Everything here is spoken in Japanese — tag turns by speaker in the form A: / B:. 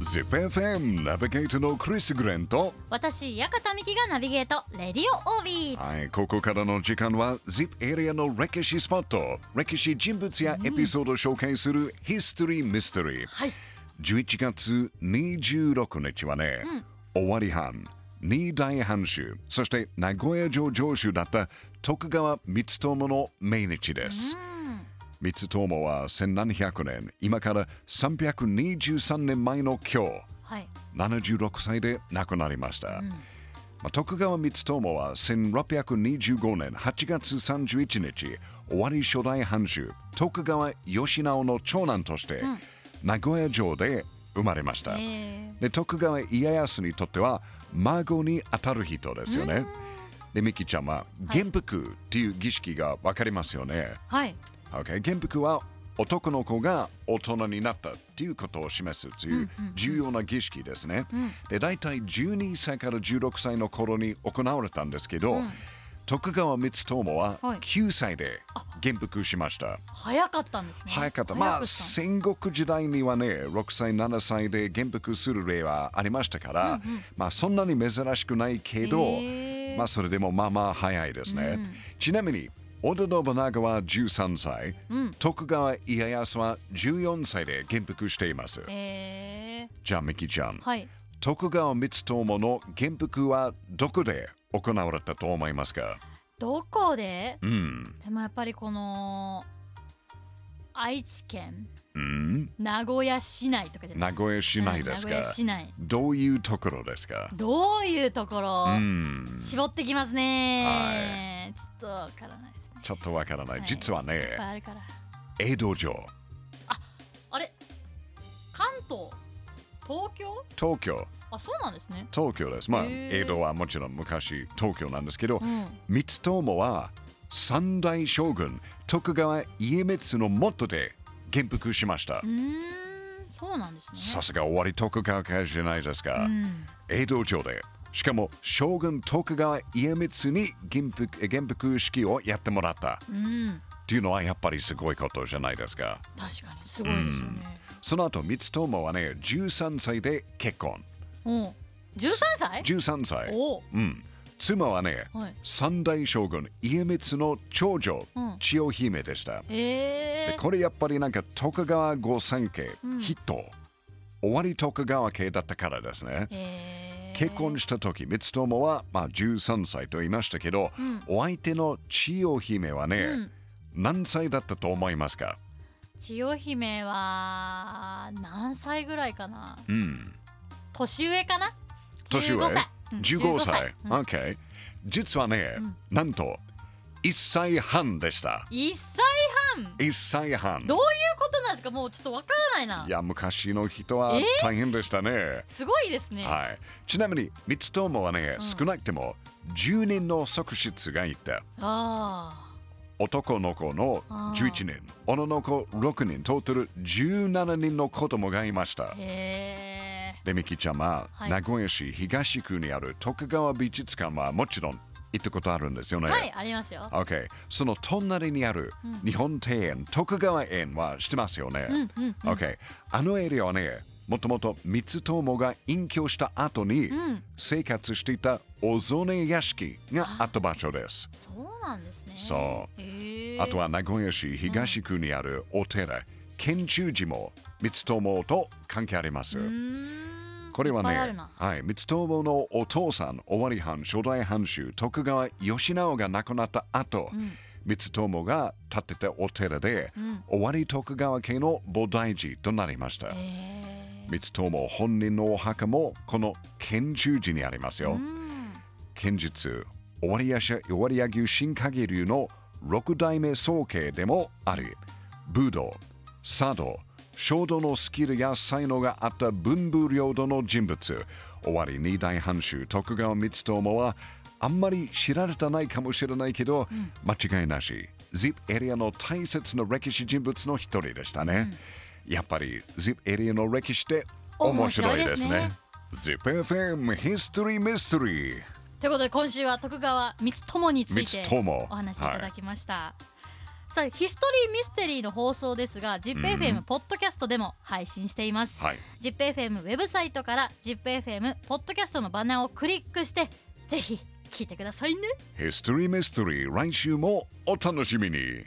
A: ZIPFM ナビゲートのクリス・グレンと
B: 私矢方美希がナビゲートレディオ OB
A: はい、ここからの時間は ZIP エリアの歴史スポット歴史人物やエピソードを紹介する History Mystery、
B: はい
A: 11月26日はね、尾張藩二代藩主そして名古屋城城主だった徳川光友の命日です、光友は1700年今から323年前の今日
B: はい
A: 76歳で亡くなりました、まあ徳川光友は1625年8月31日尾張初代藩主徳川義直の長男として、名古屋城で生まれました、
B: え
A: で徳川家康にとっては孫にあたる人ですよねで美希ちゃんは元服っていう儀式が分かりますよね、
B: ー、はい
A: OK 元服は男の子が大人になったっていうことを示すという重要な儀式ですね。で大体12歳から16歳の頃に行われたんですけど、徳川光友は
B: はい
A: 9歳で元服しました。
B: 早かったんですね
A: 早かった。ま
B: く
A: あ
B: し
A: 戦国時代にはね6歳7歳で元服する例はありましたから、まあそんなに珍しくないけど、
B: へー
A: まあそれでもまあまあ早いですね。ちなみに織田信長は13歳、徳川家康は14歳で元服しています。
B: たえ
A: じゃあミキちゃん、
B: ー、はい
A: 徳川光友の元服はどこで行われたと思いますか？
B: どこで
A: うん、
B: でもやっぱりこの愛知県
A: うん、
B: 名古屋市内とかじゃ
A: 名
B: ないですか
A: 古屋市内です
B: うん名古
A: か
B: 屋？市内
A: どういうところですか？
B: どういうところ、
A: うん。
B: 絞ってきますね、ちょっとわからないですね
A: ちょっとわからない。
B: い
A: 実はい
B: っぱい
A: ね、
B: あるから
A: 江戸城、
B: あれ関東東京
A: 東京、
B: あそうなんですね
A: 東京です。まあ、
B: へー
A: 江戸はもちろん昔東京なんですけど
B: う、ん
A: 光友は三代将軍徳川家光の元で元服しました
B: う。ーんそうなんですね。
A: さすが終わり徳川家じゃないですか。
B: うん、
A: 江戸城で。しかも将軍徳川家光に元服元服式をやってもらった
B: うん、
A: っていうのはやっぱりすごいことじゃないですか。
B: 確かにすごいですよね。
A: その後光友はね13歳で結婚
B: うん、十三歳？
A: 13歳
B: おお、
A: うん、妻はね、
B: はい
A: 三代将軍家光の長女、
B: うん
A: 千代姫でしたで
B: ええー、
A: これやっぱりなんか徳川御三家、筆頭終わり徳川家だったからですね
B: えー、
A: 結婚した時光友は、まあ、13歳と言いましたけど、お相手の千代姫はね、何歳だったと思いますか
B: 千代姫は何歳ぐらいかな？
A: うん
B: 年上かな？
A: 年上
B: 15歳。うん
A: 15歳、
B: うん
A: OK 実はね、なんと1歳半でした
B: 一歳半。
A: 1歳半。
B: どういうことなんですか？もうちょっとわからないない
A: や、昔の人は
B: え
A: 大変でしたね。
B: すごいですね。
A: はい。ちなみに、三つともはね、少なくても10人の側室がいた。
B: あ
A: 男の子の11人、女の子6人、トータル17人の子供がいました
B: あ、。へえ。
A: で、ミキちゃんは、
B: はい
A: 名古屋市東区にある徳川美術館はもちろん行ったことあるんですよね。
B: はい、ありますよ。
A: OK、その隣にある日本庭園、徳川園はしてますよね。
B: うんうん
A: OK、あのエリアはね、もともと三つ友が隠居した後に
B: ん
A: 生活していたおぞね屋敷があった場所です。
B: そうなんですね。
A: そう
B: う。ええー。
A: あとは名古屋市東区にあるお寺、県中寺も三つ友と関係あります。
B: うーん
A: これはい
B: っぱいある
A: ね、
B: な
A: はい、三つ友のお父さん、尾張藩初代藩主、徳川義直が亡くなった後、三つ友が建てたお寺で、尾張徳川家の菩提寺となりました。
B: え
A: 三つ友本人のお墓もこの県中寺にあります
B: ー、
A: よ
B: う。ん
A: 剣術、尾張屋舎尾張柳新影流の六代目宗家でもあり、武道、茶道、衝動のスキルや才能があった文武両道の人物、尾張二代藩主徳川光友は、あんまり知られてないかもしれないけど、間違いなし、ZIP エリアの大切な歴史人物の一人でしたね。やっぱり ZIP エリアの歴史って面白いですね。ZIPFM History Mystery
B: ということで今週は徳川光友について
A: 光友
B: お話しいただきました、さあヒストリーミステリーの放送ですが ZIPFM ポッドキャストでも配信しています
A: はい
B: ZIPFM ウェブサイトから ZIPFM ポッドキャストのバナーをクリックしてぜひ聞いてくださいね
A: ヒストリーミステリー来週もお楽しみに